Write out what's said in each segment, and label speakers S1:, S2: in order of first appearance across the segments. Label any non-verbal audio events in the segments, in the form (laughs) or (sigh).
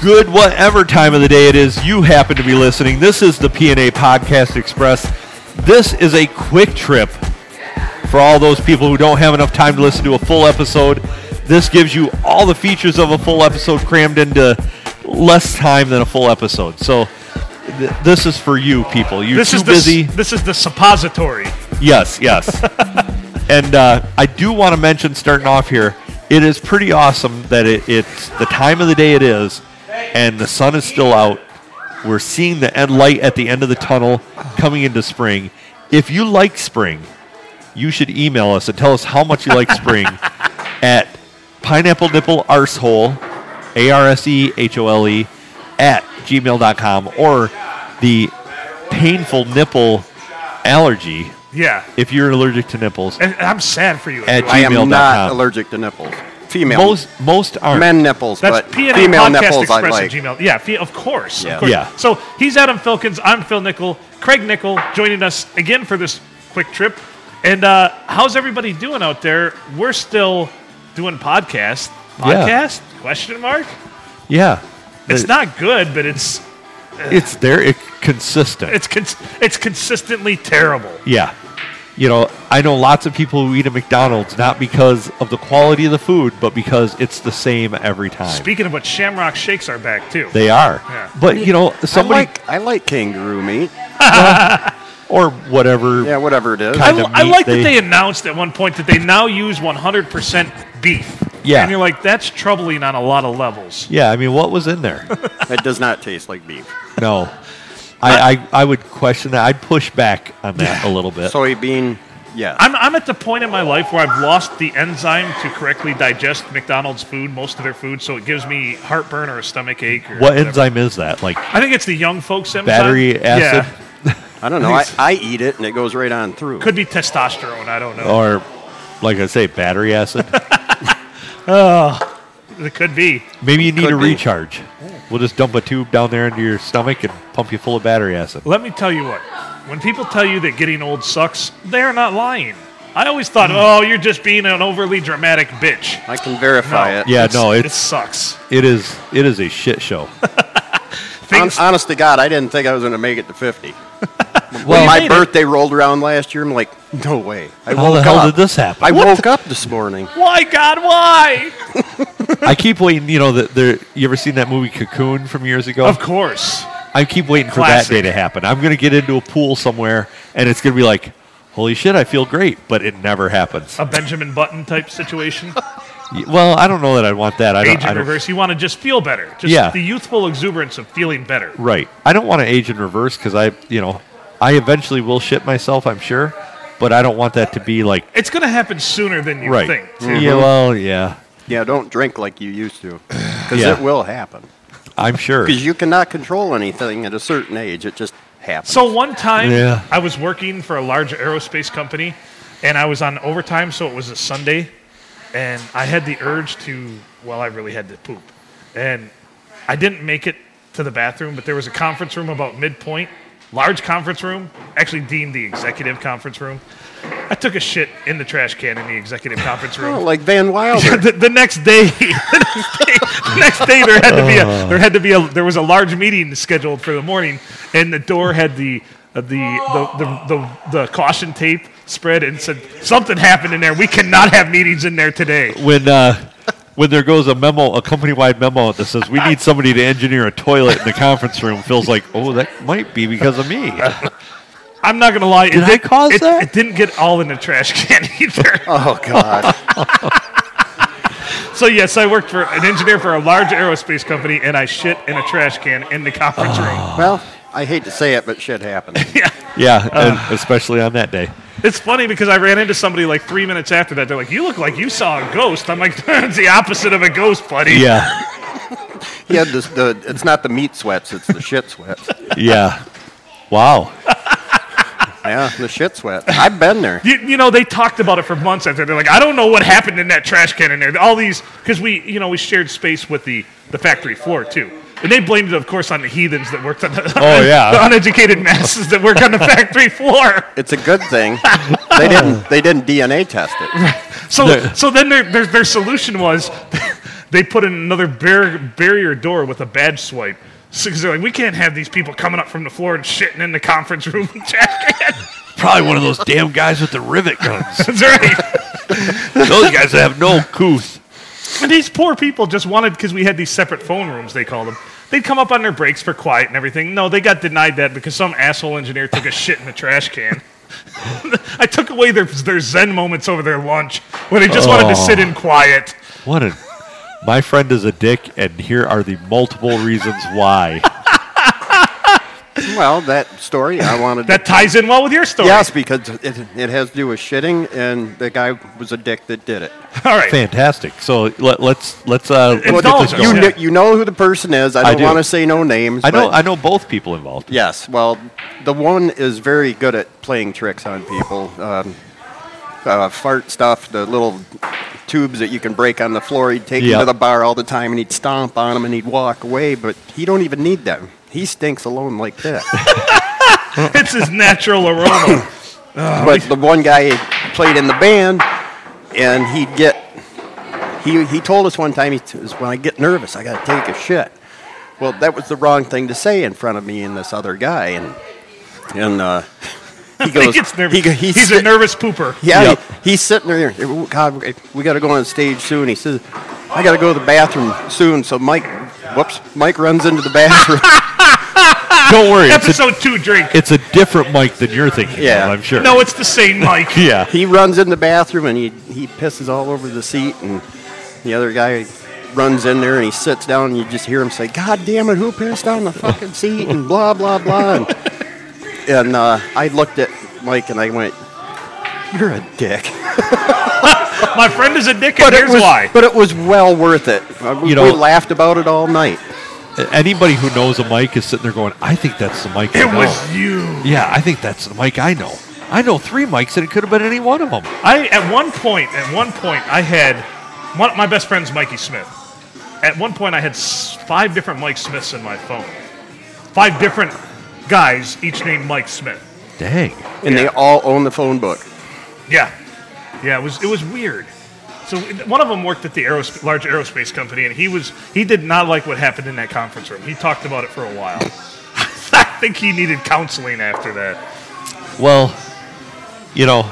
S1: good whatever time of the day it is you happen to be listening. This is the PNA Podcast Express. This is a quick trip for all those people who don't have enough time to listen to a full episode. This gives you all the features of a full episode crammed into less time than a full episode. So th- this is for you people. You're
S2: This
S1: too
S2: is the,
S1: busy.
S2: This is the suppository.
S1: Yes, yes. and uh, I do want to mention, starting off here, it is pretty awesome that it, it's the time of the day it is, and the sun is still out. We're seeing the end light at the end of the tunnel coming into spring. If you like spring, you should email us and tell us how much you like spring at pineapple nipple arsehole, A R S E H O L E, at gmail.com or the painful nipple allergy
S2: Yeah.
S1: if you're allergic to nipples.
S2: And and I'm sad for you.
S1: At
S2: Andrew.
S1: you-
S3: I am
S1: gmail.com.
S3: not allergic to nipples. Female.
S1: Most most aren't.
S3: men nipples,
S2: That's
S3: but
S2: PNA
S3: female
S2: Podcast
S3: nipples
S2: Express
S3: I
S2: at
S3: like.
S2: Gmail. Yeah, fe- of course.
S3: Yeah.
S2: Of course.
S1: Yeah.
S2: So he's Adam Filkins. I'm Phil Nickel. Craig Nickel joining us again for this quick trip. And uh, how's everybody doing out there? We're still doing podcast.
S1: Yeah.
S2: Podcast? Question mark?
S1: Yeah,
S2: It's
S1: The-
S2: not good, but it's
S1: It's there. It consistent.
S2: it's cons- it's consistently terrible.
S1: yeah, you know, I know lots of people who eat at McDonald's not because of the quality of the food, but because it's the same every time.
S2: Speaking of which, Shamrock Shakes are back too.
S1: they are,
S2: Yeah.
S1: but you know, somebody
S3: I like I like kangaroo meat.
S1: or whatever.
S3: Yeah, whatever it is.
S1: Kind
S2: I,
S1: of
S2: I
S1: meat
S2: like
S1: they-
S2: that they announced at one point that they now use 100% beef.
S1: Yeah.
S2: And you're like, that's troubling on a lot of levels.
S1: Yeah, I mean, what was in
S3: (laughs)
S1: there?
S3: It does not taste like beef.
S1: no, I, I I would question that. I'd push back on that a little bit.
S3: Soybean, yeah.
S2: I'm, I'm at the point in my life where I've lost the enzyme to correctly digest McDonald's food, most of their food, so it gives me heartburn or a stomach ache. Or
S1: what
S2: whatever.
S1: enzyme is that? Like
S2: I think it's the young folks enzyme.
S1: battery acid
S2: Yeah.
S3: I don't know. I, I eat it and it goes right on through.
S2: Could be testosterone. I don't know.
S1: or like I say, battery acid.
S2: It could be.
S1: Maybe you need
S3: Could
S1: a
S3: be.
S1: recharge. We'll just dump a tube down there into your stomach and pump you full of battery acid.
S2: Let me tell you what. When people tell you that getting old sucks, they are not lying. I always thought,
S1: Hmm.
S2: oh, you're just being an overly dramatic bitch.
S3: I can verify
S2: No.
S3: it.
S1: Yeah, no,
S2: it
S1: it's
S2: sucks.
S1: it is it is a shit
S2: (laughs)
S1: show.
S3: Hon-
S2: Things,
S3: honest to God, I didn't think I was going to make it to 50.
S1: Well,
S3: when
S2: made
S3: my
S2: it.
S3: birthday rolled around last year, I'm like, no way. I
S1: How the
S3: woke
S1: hell
S3: up.
S1: did this happen?
S3: I
S1: What
S3: woke up this morning.
S2: why, God, why?
S1: (laughs) I keep waiting. You know that there. You ever seen that movie Cocoon from years ago?
S2: Of course.
S1: I keep waiting
S2: Classic.
S1: for that day to happen. I'm gonna get into a pool somewhere, and it's gonna be like, holy shit, I feel great, but it never happens.
S2: A Benjamin Button
S1: (laughs)
S2: type situation.
S1: Y- Well, I don't know that I want that. I don't.
S2: Age
S1: I
S2: in
S1: don't
S2: reverse. You want to just feel better. Just
S1: Yeah.
S2: the youthful exuberance of feeling better.
S1: Right. I don't want to age in reverse because I, you know, I eventually will shit myself. I'm sure, but I don't want that to be like
S2: It's going to happen sooner than you
S1: right.
S2: think. too.
S1: Yeah. Well, yeah.
S3: Yeah, don't drink like you used to because
S1: Yeah.
S3: it will happen.
S1: I'm sure.
S3: Because you cannot control anything at a certain age. It just happens.
S2: So one time,
S1: Yeah.
S2: I was working for a large aerospace company, and I was on overtime, so it was a Sunday, and I had the urge to. Well, I really had to poop, and I didn't make it to the bathroom, but there was a conference room about midpoint, large conference room, actually deemed the executive conference room. I took a shit in the trash can in the executive conference room.
S3: Oh, like Van
S2: (laughs)
S3: Wilder.
S2: the, the next day, the next day, the next day there had to be a there had to be a there was a large meeting scheduled for the morning, and the door had the uh, the, the, the, the, the caution tape spread and said something happened in there. We cannot have meetings in there today.
S1: (laughs) when uh, when there goes a memo, a company-wide memo that says we need somebody to engineer a toilet in the conference room, feels like, oh, that might be because of me.
S2: I'm not gonna lie.
S1: Did I cause
S2: it,
S1: that?
S2: It didn't get all in the trash can (laughs) either.
S3: oh, God.
S2: so yes, I worked for an engineer for a large aerospace company, and I shit in a trash can in the conference room.
S3: (laughs) well, I hate to say it, but shit happens.
S1: Yeah, and especially on that day.
S2: (laughs) It's funny because I ran into somebody like three minutes after that. They're like, "You look like you saw a ghost." I'm like, (laughs) "It's the opposite of a ghost, buddy."
S1: Yeah,
S3: yeah, this, the, it's not the meat sweats, it's the shit sweats.
S1: yeah. Wow.
S3: Yeah, the shit sweat. I've been there.
S2: You, you know, they talked about it for months after. They're like, "I don't know what happened in that trash can in there." All these because we, you know, we shared space with the the factory floor too. And they blamed it, of course, on the heathens that worked on the,
S1: Oh, yeah.
S2: the (laughs) uneducated masses that work on the (laughs) factory floor.
S3: It's a good thing they didn't they didn't DNA test it.
S2: So,
S1: There-
S2: so then their, their, their solution was (laughs) They put in another bar- barrier door with a badge swipe. Because they're like, we can't have these people coming up from the floor and shitting in the conference room with jacket.
S1: Probably one of those damn guys with the rivet guns. (laughs)
S2: That's (laughs) right.
S1: those guys that have no couth.
S2: and these poor people just wanted, because we had these separate phone rooms, they called them. They'd come up on their breaks for quiet and everything. No, they got denied that because some asshole engineer took a shit in the trash can. (laughs) I took away their, their zen moments over their lunch where they just wanted to sit in quiet.
S1: What a. My friend is a dick, and here are the multiple reasons why.
S3: Well, that story I wanted.
S2: That ties in well with your story.
S3: yes, because it, it has to do with shitting, and the guy was a dick that did it.
S2: (laughs) All right.
S1: Fantastic. So let, let's let's uh, let's get
S2: Indulge
S1: this
S2: us.
S1: going.
S3: You,
S2: Yeah.
S3: kn- you know who the person is. I
S1: I
S3: don't
S1: do.
S3: want to say no names.
S1: I know
S3: but-
S1: I know both people involved.
S3: Yes. Well, the one is very good at playing tricks on people. Um, uh, fart stuff, the little tubes that you can break on the floor. He'd take 'em
S1: Yeah.
S3: to the bar all the time, and he'd stomp on them, and he'd walk away. But he don't even need them. He stinks alone like that.
S2: It's his natural aroma.
S3: but the one guy played in the band, and he'd get. He, he told us one time, he says, when I get nervous, I got to take a shit. Well, that was the wrong thing to say in front of me and this other guy. And, and uh, (coughs) he
S2: (laughs)
S3: goes,
S2: he gets nervous.
S3: go-
S2: he's
S3: sit-
S2: a nervous pooper.
S3: Yeah,
S1: Yep.
S3: he- he's sitting there. God, we got to go on stage soon. He says, I got to go to the bathroom soon. So Mike, whoops, Mike runs into the (laughs) bathroom.
S1: Don't worry, it's a,
S2: Episode two drink.
S1: it's a different mic than you're thinking.
S3: Yeah.
S1: of, I'm sure.
S2: No, it's the same Mike.
S1: Yeah.
S3: he runs in the bathroom and he, he pisses all over the seat and the other guy runs in there and he sits down and you just hear him say god damn it who pissed on the fucking seat and blah blah blah and, and uh, i looked at mike and i went you're a dick (laughs)
S2: My friend is a dick, and here's
S3: it was,
S2: why.
S3: but it was well worth it Uh, we,
S1: You know-
S3: we laughed about it all night
S1: Anybody who knows a mic is sitting there going, "I think that's the mic." I
S2: It
S1: know.
S2: was you.
S1: Yeah, I think that's the mic I know. I know three mics, and it could have been any one of them.
S2: I at one point, at one point, I had one, my best friend's Mikey Smith. At one point, I had s- five different Mike Smiths in my phone. Five different guys, each named Mike Smith.
S1: Dang.
S3: and they all own the phone book
S2: Yeah, yeah. It was it was weird. So it- one of them worked at the aerosp- large aerospace company, and he was he did not like what happened in that conference room. He talked about it for a while. (laughs) I think he needed counseling after that.
S1: Well, you know,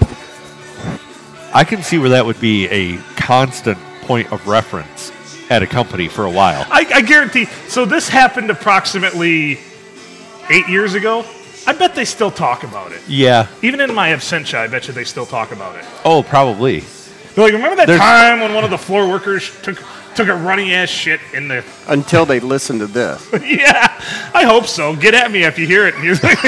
S1: I can see where that would be a constant point of reference at a company for a while.
S2: I, I guarantee. So this happened approximately eight years ago. I bet they still talk about it.
S1: Yeah.
S2: Even in my absentia, I bet you they still talk about it.
S1: Oh, probably.
S2: They're like, remember that
S1: There's-
S2: time when one of the floor workers took took a runny ass shit in the (laughs)
S3: until they listen to this
S2: yeah. I hope so. Get at me if you hear it. (laughs) And you're like,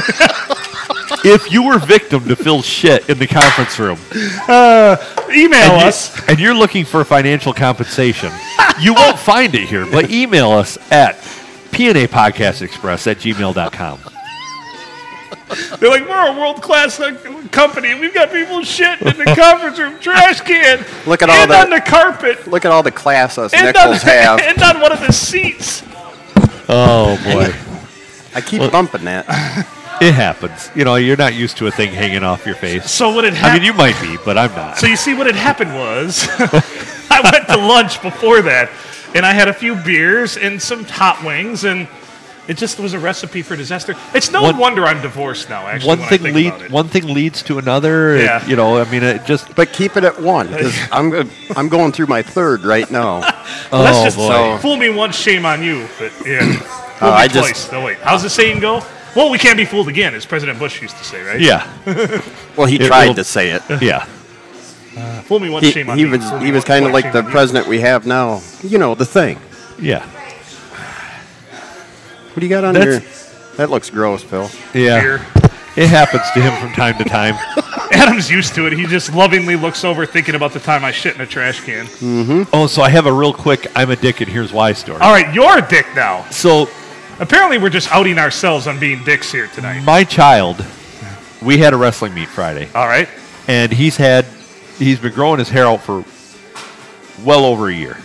S1: If you were victim to Phil's shit in the conference room,
S2: email
S1: and, you-
S2: Oh, us.
S1: and you're looking for financial
S2: (laughs)
S1: compensation, you won't find it here, but email us at pnapodcastexpress at gmail.com.
S2: They're like, we're a world class company. We've got people shitting in
S1: (laughs)
S2: the conference room, trash can.
S3: Look at
S2: and
S3: all that-
S2: on the carpet.
S3: look at all the class us
S2: And on,
S3: nickels
S2: (laughs)
S3: have
S2: and on one of the seats.
S1: Oh, boy.
S3: i keep bumping that
S1: It happens. You know, you're not used to a thing hanging off your face.
S2: So what had
S1: I
S2: happened?
S1: mean, you might be, but I'm not.
S2: so you see, what had
S1: (laughs)
S2: happened was, (laughs) I went to lunch before that, and I had a few beers and some hot wings, and it just was a recipe for disaster. It's no
S1: One-
S2: wonder I'm divorced now. Actually,
S1: one
S2: when I
S1: thing
S2: think about
S1: lead,
S2: it.
S1: one thing leads to another. it-
S2: Yeah.
S1: you know, I mean, it just
S3: but keep it at one (laughs) 'cause I'm, go- I'm going through my third right now
S2: Well,
S1: Oh,
S2: That's just
S1: boy.
S2: fool me once, shame on you. But yeah, (clears throat) fool me
S3: Oh, I just-
S2: twice. No, wait, how's the saying go? Well, we can't be fooled again, as President Bush used to say, right? (laughs)
S1: yeah,
S3: Well, he
S1: It
S3: tried
S1: will-
S3: to say it.
S1: yeah.
S2: Fool me once,
S3: He,
S2: shame on
S3: he
S2: you.
S3: was
S2: Fool me
S3: he was
S2: once,
S3: kind of
S2: twice, shame
S3: like the
S2: on you.
S3: president we have now. You know the thing.
S1: Yeah,
S3: What do you got on
S1: That's-
S3: your? That looks gross, Phil.
S1: yeah.
S2: Here.
S1: It happens to him from time to
S2: (laughs)
S1: time.
S2: Adam's used to it. He just lovingly looks over, thinking about the time I shit in a trash can.
S1: oh, so I have a real quick "I'm a dick and here's why" story.
S2: All right, you're a dick now.
S1: So
S2: Apparently, we're just outing ourselves on being dicks here tonight.
S1: my child, we had a wrestling meet Friday,
S2: All right.
S1: and he's had he's been growing his hair out for well over a year,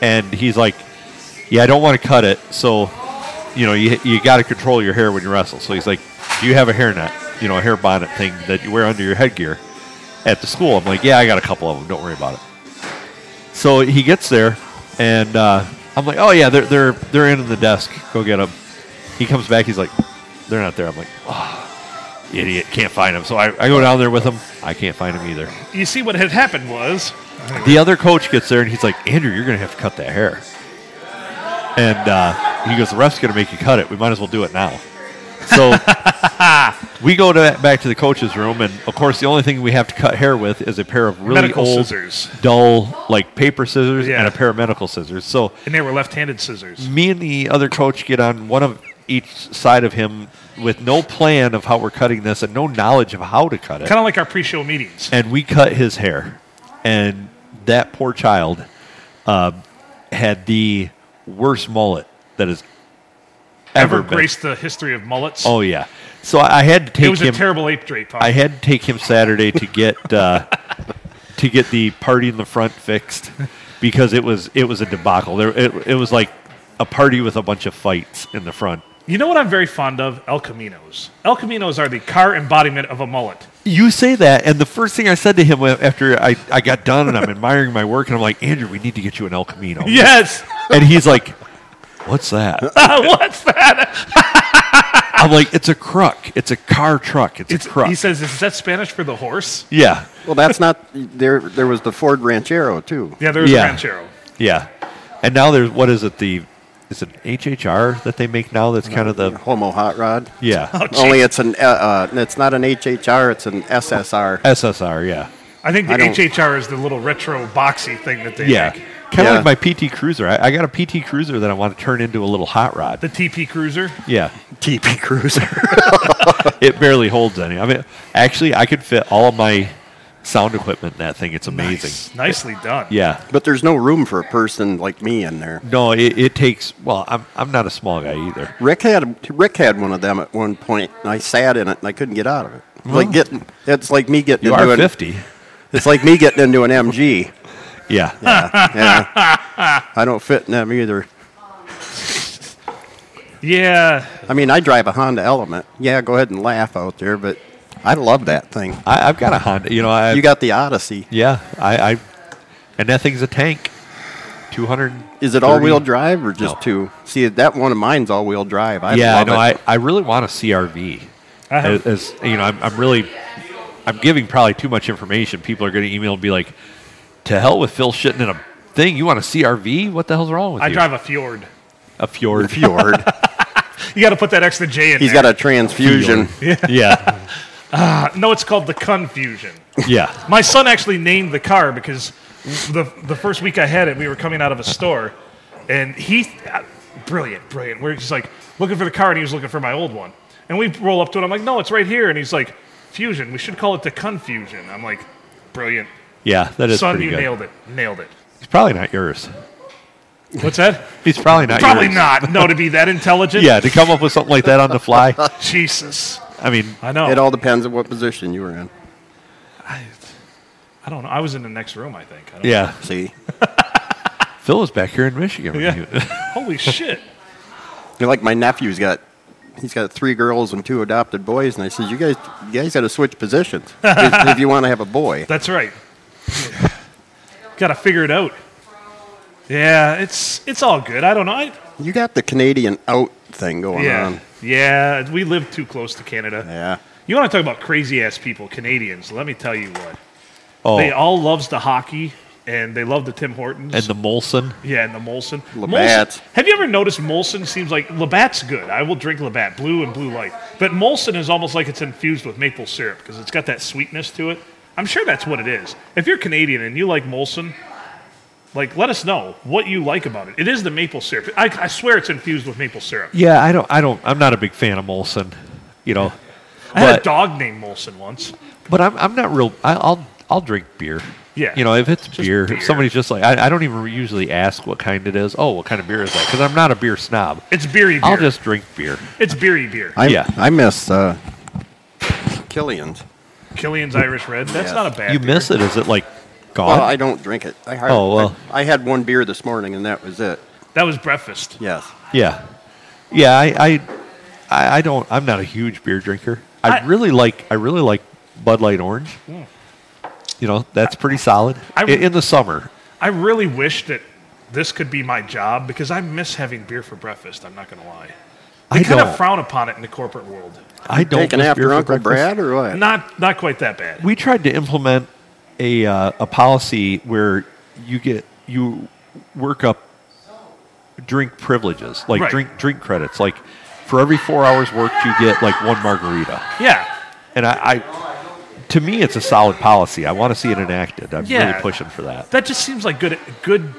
S1: and he's like, "Yeah, I don't want to cut it." So, you know, you you got to control your hair when you wrestle. So he's like, "Do you have a hairnet? You know, a hair bonnet thing that you wear under your headgear at the school?" I'm like, "Yeah, I got a couple of them. Don't worry about it." So he gets there, And uh, I'm like, oh yeah, they're they're they're in the desk. Go get them. He comes back. He's like, they're not there. I'm like, oh, idiot, can't find them. So I, I go down there with him. I can't find him either.
S2: You see, what had happened was
S1: The other coach gets there and he's like, Andrew, you're going to have to cut that hair. And uh, he goes, the ref's going to make you cut it. We might as well do it now.
S2: (laughs)
S1: So we go to, back to the coach's room, and of course, the only thing we have to cut hair with is a pair of really
S2: medical
S1: old,
S2: scissors,
S1: dull, like paper scissors
S2: Yeah.
S1: and a pair of medical scissors. So
S2: and they were left-handed scissors.
S1: me and the other coach get on one of each side of him with no plan of how we're cutting this and no knowledge of how to cut it
S2: Kind of like our pre-show meetings.
S1: and we cut his hair, and that poor child um had the worst mullet that has ever,
S2: Ever
S1: been.
S2: graced the history of mullets?
S1: Oh yeah, so I I had to take
S2: it was
S1: him.
S2: a terrible ape drape. Huh?
S1: I had to take him Saturday to get uh,
S2: (laughs)
S1: to get the party in the front fixed because it was it was a debacle. There, it, it was like a party with a bunch of fights in the front.
S2: you know what I'm very fond of? El Caminos. El Caminos are the car embodiment of a mullet.
S1: You say that, and the first thing I said to him after I, I got done and I'm admiring my work, and I'm like, Andrew, we need to get you an El
S2: (laughs)
S1: Camino.
S2: Yes. Uh,
S1: And he's like, What's that?
S2: What's that?
S1: I'm like, It's a crook. It's a car truck. It's, a
S2: He
S1: crook.
S2: says, "Is that Spanish for the horse?"
S1: yeah.
S3: Well, that's not there. There was the Ford Ranchero too.
S2: Yeah, there was
S1: Yeah.
S2: a ranchero.
S1: Yeah. And now there's, what is it? The, is it HHR that they make now that's kind of the,
S3: Homo hot rod.
S1: yeah. (laughs)
S2: Oh,
S3: Only it's an uh, uh, it's not an HHR. It's an SSR.
S1: SSR, yeah.
S2: I think the
S3: I don't-
S2: HHR is the little retro boxy thing that they
S1: Yeah.
S2: make.
S1: Kind
S3: Yeah.
S1: of like my PT Cruiser. I, I got a PT Cruiser that I want to turn into a little hot (laughs) rod.
S2: The TP Cruiser.
S1: Yeah.
S3: TP Cruiser.
S1: It barely holds any. I mean, actually, I could fit all of my sound equipment in that thing. It's amazing.
S2: Nice. Nicely done.
S1: Yeah.
S3: but there's no room for a person like me in there.
S1: No, it, it takes, well, I'm, I'm not a small guy either.
S3: Rick had Rick had one of them at one point, and I sat in it and I couldn't get out of it. It's Like getting, it's like me getting
S1: You
S3: into
S1: are
S3: an,
S1: 50.
S3: It's like me getting into an MG.
S1: Yeah.
S3: Yeah, I don't fit in them either.
S2: Yeah.
S3: I mean, I drive a Honda Element. Yeah, go ahead and laugh out there, but I love that thing.
S1: I, I've got a Honda. You know, I
S3: You got the Odyssey.
S1: yeah. I, I and that thing's a tank. Two hundred.
S3: Is it all wheel drive or just two? See, that one of mine's all wheel drive. I
S1: yeah, I
S3: love
S1: know.
S3: it.
S1: I, I really want a CRV.
S2: I have-
S1: As, as- you know, I'm, I'm really I'm giving probably too much information. People are going to email and be like, "To hell with Phil shitting in a thing. You want a CRV? What the hell's wrong with
S2: I
S1: you?"
S2: drive a Fjord.
S1: a Fjord.
S3: Fjord.
S2: You got to put that extra J in
S3: He's
S2: there.
S3: got a transfusion.
S1: (laughs) yeah,
S2: no, it's called the Confusion.
S1: yeah.
S2: My son actually named the car because the the first week I had it, we were coming out of a store, and he, uh, brilliant, brilliant. We're just like looking for the car, and he was looking for my old one, and we roll up to it. I'm like, no, it's right here, and he's like, Fusion. We should call it the Confusion. I'm like, brilliant,
S1: Yeah, that is
S2: son,
S1: pretty
S2: you
S1: good.
S2: nailed it, nailed it.
S1: He's probably not yours.
S2: What's that?
S1: He's probably not.
S2: Probably
S1: yours.
S2: not. No, to be that intelligent.
S1: Yeah, to come up with something like that on the fly.
S2: Jesus.
S1: I
S2: (laughs)
S1: mean,
S2: I know.
S3: It all depends on what position you were in.
S2: I don't know. I was in the next room, I think. I don't
S1: yeah.
S3: See,
S1: Phil was back here in Michigan. when
S2: Yeah.
S1: he-
S2: Holy shit.
S3: You're like my nephew's got. He's got three girls and two adopted boys, and I said, "You guys, you guys got to
S2: (laughs)
S3: switch positions if if you want to have a boy."
S2: That's right. Got to figure it out. Yeah, it's it's all good. I don't know. I,
S3: You got the Canadian out thing going
S2: yeah,
S3: on.
S2: yeah. We live too close to Canada.
S3: Yeah,
S2: You want to talk about crazy ass people, Canadians? Let me tell you what.
S1: oh,
S2: They all loves the hockey and they love the Tim
S1: (laughs)
S2: Hortons.
S1: and the Molson.
S2: yeah, and the Molson.
S3: Labatt's.
S2: Molson- Have you ever noticed Molson seems like Labatt's good. I will drink Labatt Blue and Blue Light, but Molson is almost like it's infused with maple syrup because it's got that sweetness to it. I'm sure that's what it is. If you're Canadian and you like Molson, like let us know what you like about it. It is the maple syrup. I, I swear it's infused with maple syrup.
S1: Yeah, I don't. I don't. I'm not a big fan of Molson. You know,
S2: I had a
S1: But-
S2: dog named Molson once.
S1: but I'm. I'm not real. I, I'll. I'll drink beer.
S2: Yeah.
S1: You know, if it's beer,
S2: beer.
S1: if somebody's just like, I, I don't even usually ask what kind it is. Oh, what kind of beer is that? Because I'm not a beer snob.
S2: It's beery beer.
S1: I'll just drink beer.
S2: it's beery beer.
S3: I,
S1: Yeah.
S3: I miss uh, Killian's.
S2: Killian's Irish Red. That's
S3: Yeah.
S2: not a bad.
S1: You
S2: beer.
S1: miss it? Is it like gone?
S3: Well, I don't drink it. I hardly,
S1: Oh, well.
S3: I, I had one beer this morning, and that was it.
S2: That was breakfast.
S3: Yes.
S1: yeah. Yeah. I, I. I. I don't. I'm not a huge beer drinker. I, Hmm.
S2: I-
S1: really like. I really like Bud Light Orange. You know, that's pretty solid
S2: I-
S1: I, in the summer.
S2: I really wish that this could be my job because I miss having beer for breakfast. I'm not going to lie.
S1: I
S2: They kind
S1: don't.
S2: of frown upon it in the corporate world.
S1: I don't
S3: Taking
S1: miss beer
S3: after
S1: for
S3: Uncle
S1: breakfast.
S3: Brad or what?
S2: Not not quite that bad.
S1: We tried to implement a uh, a policy where you get you work up drink privileges, like
S2: Right.
S1: drink drink credits. Like for every four hours worked, you get like one margarita.
S2: Yeah,
S1: And I, I to me, it's a solid policy. I want to see it enacted. I'm
S2: Yeah.
S1: really pushing for that.
S2: that just seems like good good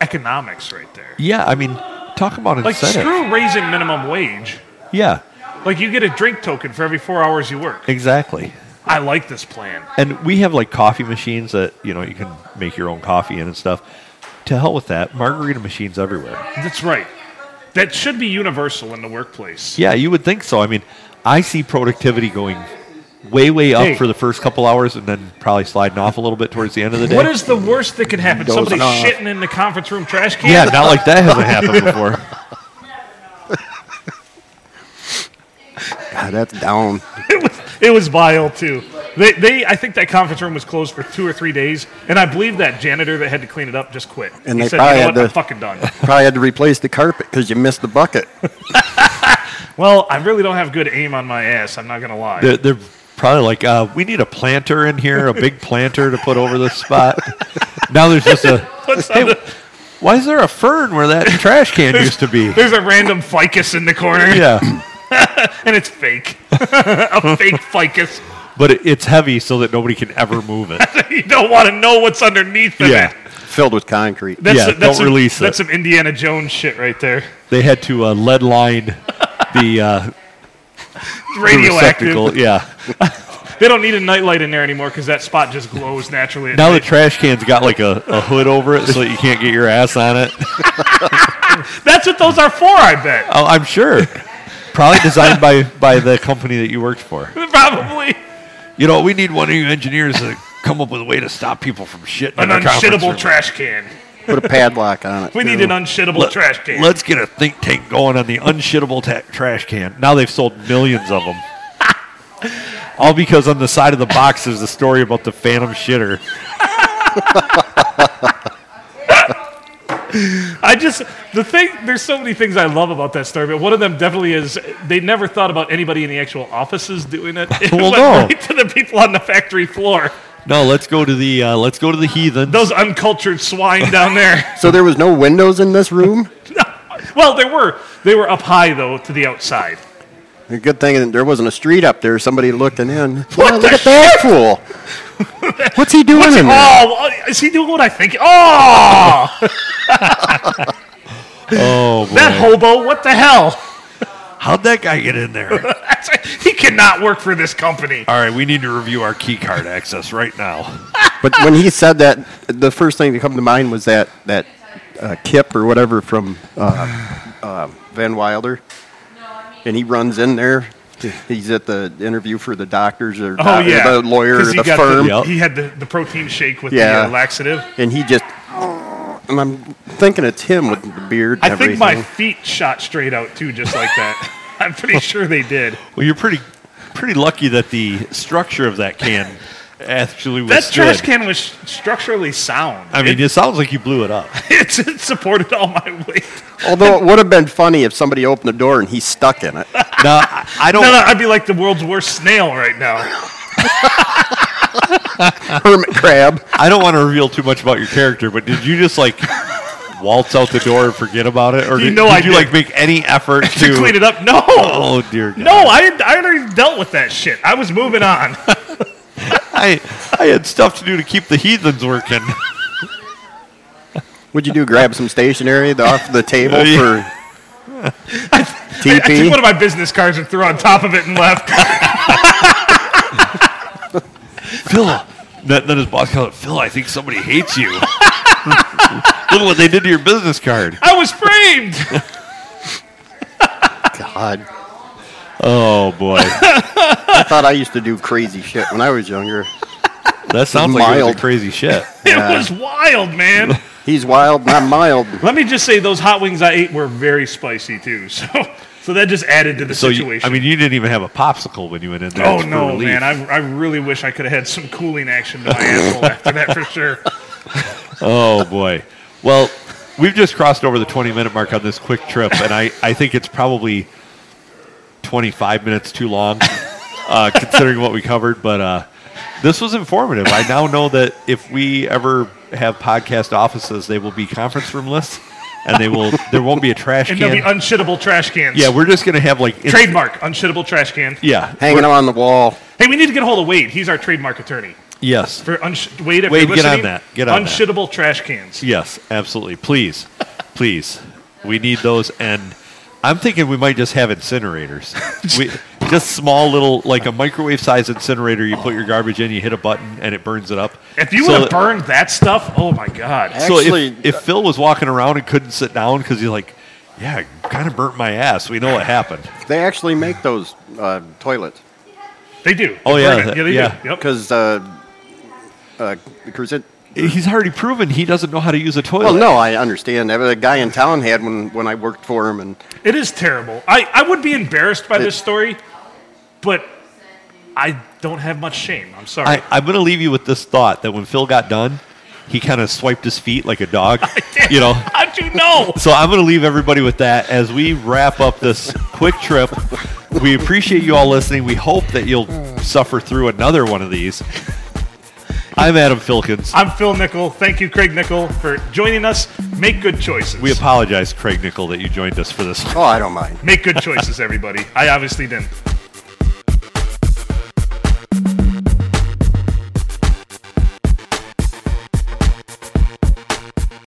S2: economics right there.
S1: Yeah, I mean, talk about
S2: Like
S1: incentive.
S2: screw raising minimum wage.
S1: Yeah,
S2: Like you get a drink token for every four hours you work.
S1: exactly.
S2: I like this plan.
S1: And we have like coffee machines that you know you can make your own coffee in and stuff. To hell with that, margarita machines everywhere.
S2: That's right. That should be universal in the workplace.
S1: Yeah, you would think so. I mean, I see productivity going way, way up
S2: Hey.
S1: for the first couple hours and then probably sliding off a little bit towards the end of the day.
S2: What is the worst that could happen?
S3: Dozing
S2: Somebody
S3: off.
S2: shitting in the conference room trash can?
S1: yeah, not like that hasn't
S2: (laughs)
S1: happened before.
S3: God, Ah, that's down.
S2: it was it was vile too. They they I think that conference room was closed for two or three days, and I believe that janitor that had to clean it up just quit.
S3: And
S2: he
S3: they
S2: said,
S3: probably
S2: you know
S3: had
S2: what, I'm
S3: to-
S2: fucking done.
S3: Probably had to replace the carpet because you missed
S2: (laughs)
S3: the bucket.
S2: well, I really don't have good aim on my ass. I'm not gonna lie. (laughs)
S1: They're, they're probably like, uh, we need a planter in here, a big planter to put over this spot. Now there's just a.
S2: What's on
S1: Hey,
S2: the-
S1: why is there a fern where that trash can used to be?
S2: there's a random ficus in the corner,
S1: Yeah,
S2: and it's fake. (laughs) a fake ficus. (laughs)
S1: but it, it's heavy so that nobody can ever move it.
S2: you don't want to know what's underneath of
S1: Yeah.
S2: it.
S3: Filled with concrete.
S2: That's
S1: Yeah,
S2: a- that's
S1: don't
S2: a-
S1: release it.
S2: That's some Indiana Jones shit right there.
S1: They had to uh, lead line the,
S2: (laughs)
S1: uh, the
S2: Radioactive.
S1: receptacle. Yeah.
S2: They don't need a nightlight in there anymore because that spot just glows naturally. at
S1: Now the
S2: night.
S1: trash can's got like a, a hood over it so that you can't get your ass on it.
S2: that's what those are for, I bet. (laughs)
S1: Oh, I'm sure. Probably designed by, by the company that you worked for.
S2: Probably.
S1: You know, we need one of you engineers to come up with a way to stop people from shitting
S2: an
S1: in the conference room.
S2: unshittable trash can.
S3: Put a padlock on
S2: (laughs)
S3: it.
S2: We need
S3: too.
S2: an unshittable
S1: Let-
S2: trash can.
S1: Let's get a think tank going on the unshittable ta- trash can. Now they've sold millions of them. (laughs) All because on the side of the box there's a story about the phantom shitter.
S2: I just the thing. There's so many things I love about that story, but one of them definitely is they never thought about anybody in the actual offices
S1: (laughs)
S2: doing it. It
S1: Well,
S2: went
S1: no.
S2: right to the people on the factory floor.
S1: No, let's go to the uh, let's go to the heathen.
S2: Those uncultured swine down there. (laughs)
S3: So there was no windows in this room.
S2: well, there were they were up high though to the outside.
S3: The good thing that there wasn't a street up there. Somebody looking in.
S2: What the
S3: Yeah, look (laughs) at that fool. What's he doing in there?
S2: Oh, is he doing what I think?
S1: (laughs)
S2: Oh,
S1: Oh, boy.
S2: that hobo! What the hell? (laughs)
S1: how'd that guy get in there?
S2: That's right. He cannot work for this company.
S1: All right, we need to review our key card access right now.
S3: But when he said that, the first thing to come to mind was that that uh, Kip or whatever from uh, uh, Van Wilder, and he runs in there. He's at the interview for the doctors or
S2: Oh
S3: doc- or
S2: yeah,
S3: the lawyer or
S2: 'Cause he
S3: the
S2: got
S3: firm,
S1: Yep.
S2: he had the, the protein shake with
S3: Yeah.
S2: the uh, laxative.
S3: and he just. And I'm thinking it's him with the beard. And
S2: I think
S3: everything.
S2: my (laughs) feet shot straight out too, just like
S3: (laughs)
S2: that. I'm pretty sure they did.
S1: Well, you're pretty, pretty lucky that the structure of that can actually
S2: That
S1: was
S2: trash can was structurally sound.
S1: I mean, it sounds like you blew it up.
S2: it's, (laughs) it supported all my weight.
S3: Although it would have been funny if somebody opened the door and he's stuck in it.
S1: Now, I I don't.
S2: (laughs) No, no, I'd be like the world's worst snail right now.
S3: Hermit crab.
S1: I don't want to reveal too much about your character, but did you just like waltz out the door and forget about it, or
S2: You
S1: did,
S2: know
S1: did
S2: I
S1: you
S2: did.
S1: like make any effort to,
S2: (laughs) To clean it up, no.
S1: Oh dear. God.
S2: No, I had, I had already dealt with that shit. I was moving on. (laughs)
S1: I, I had stuff to do to keep the heathens working.
S3: What'd you do? Grab some stationery the- off the table
S1: Yeah.
S3: for
S2: (laughs) I took one
S3: TP?
S2: of my business cards and threw on top of it and
S3: (laughs)
S2: left.
S1: Phil. Then then his boss called up, Phil. I think somebody hates you. Look what they did to your business card.
S2: I was framed. (laughs)
S3: God,
S1: Oh boy. (laughs)
S3: I thought I used to do crazy shit when I was younger.
S1: That sounds like it was
S3: Mild.
S1: a crazy shit.
S2: It
S3: Yeah.
S2: was wild, man.
S3: He's wild, not mild.
S2: Let me just say those hot wings I ate were very spicy too. (laughs) So, so that just added to
S1: (laughs)
S2: the
S1: So you,
S2: situation.
S1: I mean, you didn't even have a popsicle when you went in there.
S2: Oh
S1: It's for
S2: no,
S1: relief. (laughs)
S2: man! I, I really wish I could have had some
S1: (laughs)
S2: cooling action to my asshole after that for sure.
S1: Oh boy. Well, we've just crossed over the 20 minute mark on this quick trip, and I, I think it's probably 25 minutes too long, (laughs) uh, considering what we covered. But uh, this was informative. I now know that if we ever have podcast offices, they will be conference roomless, and they will there won't be a trash
S2: And there'll be
S1: can.
S2: unshittable trash cans.
S1: yeah, we're just gonna have like in-
S2: Trademark, unshittable trash can.
S1: Yeah,
S3: Hanging on the wall.
S2: Hey, we need to get a hold of Wade. He's our trademark attorney.
S1: yes,
S2: For unsh- Wade, if
S1: Wade,
S2: you're
S1: get on
S2: listening,
S1: that. Get on that.
S2: unshittable trash cans.
S1: yes, absolutely. Please, please, we need those. And I'm thinking we might just have incinerators.
S2: (laughs)
S1: we just small little like a microwave size incinerator. You put your garbage in, you hit a button, and it burns it up.
S2: If you
S1: So
S2: would
S1: that-
S2: have burned that stuff, oh my god.
S1: So
S3: Actually-
S1: if, if Phil was walking around and couldn't sit down because he's like, yeah, kind of burnt my ass. We know what happened.
S3: They actually make those uh, toilets
S2: They do.
S1: Oh,
S2: They
S1: yeah,
S2: burn it.
S1: that-
S2: yeah, they
S1: yeah.
S2: do. Yep.
S3: because uh, uh, because it.
S1: He's already proven he doesn't know how to use a toilet.
S3: Well, Oh, no, I understand. That, but a guy in town had one when I worked for him, and
S2: It is terrible. I, I would be embarrassed by this story, but I don't have much shame. I'm sorry. (laughs)
S1: I, I'm going to leave you with this thought that when Phil got done, he kind of swiped his feet like a
S2: (laughs)
S1: dog. you know.
S2: How'd you know?
S1: So I'm going to leave everybody with that as we wrap up this quick trip. We appreciate you all listening. We hope that you'll suffer through another one of these. I'm Adam Filkins.
S2: I'm Phil Nickel. Thank you, Craig Nickel, for joining us. Make good choices.
S1: We apologize, Craig Nickel, that you joined us for this.
S3: oh, I don't mind.
S2: Make good choices, everybody. I obviously didn't.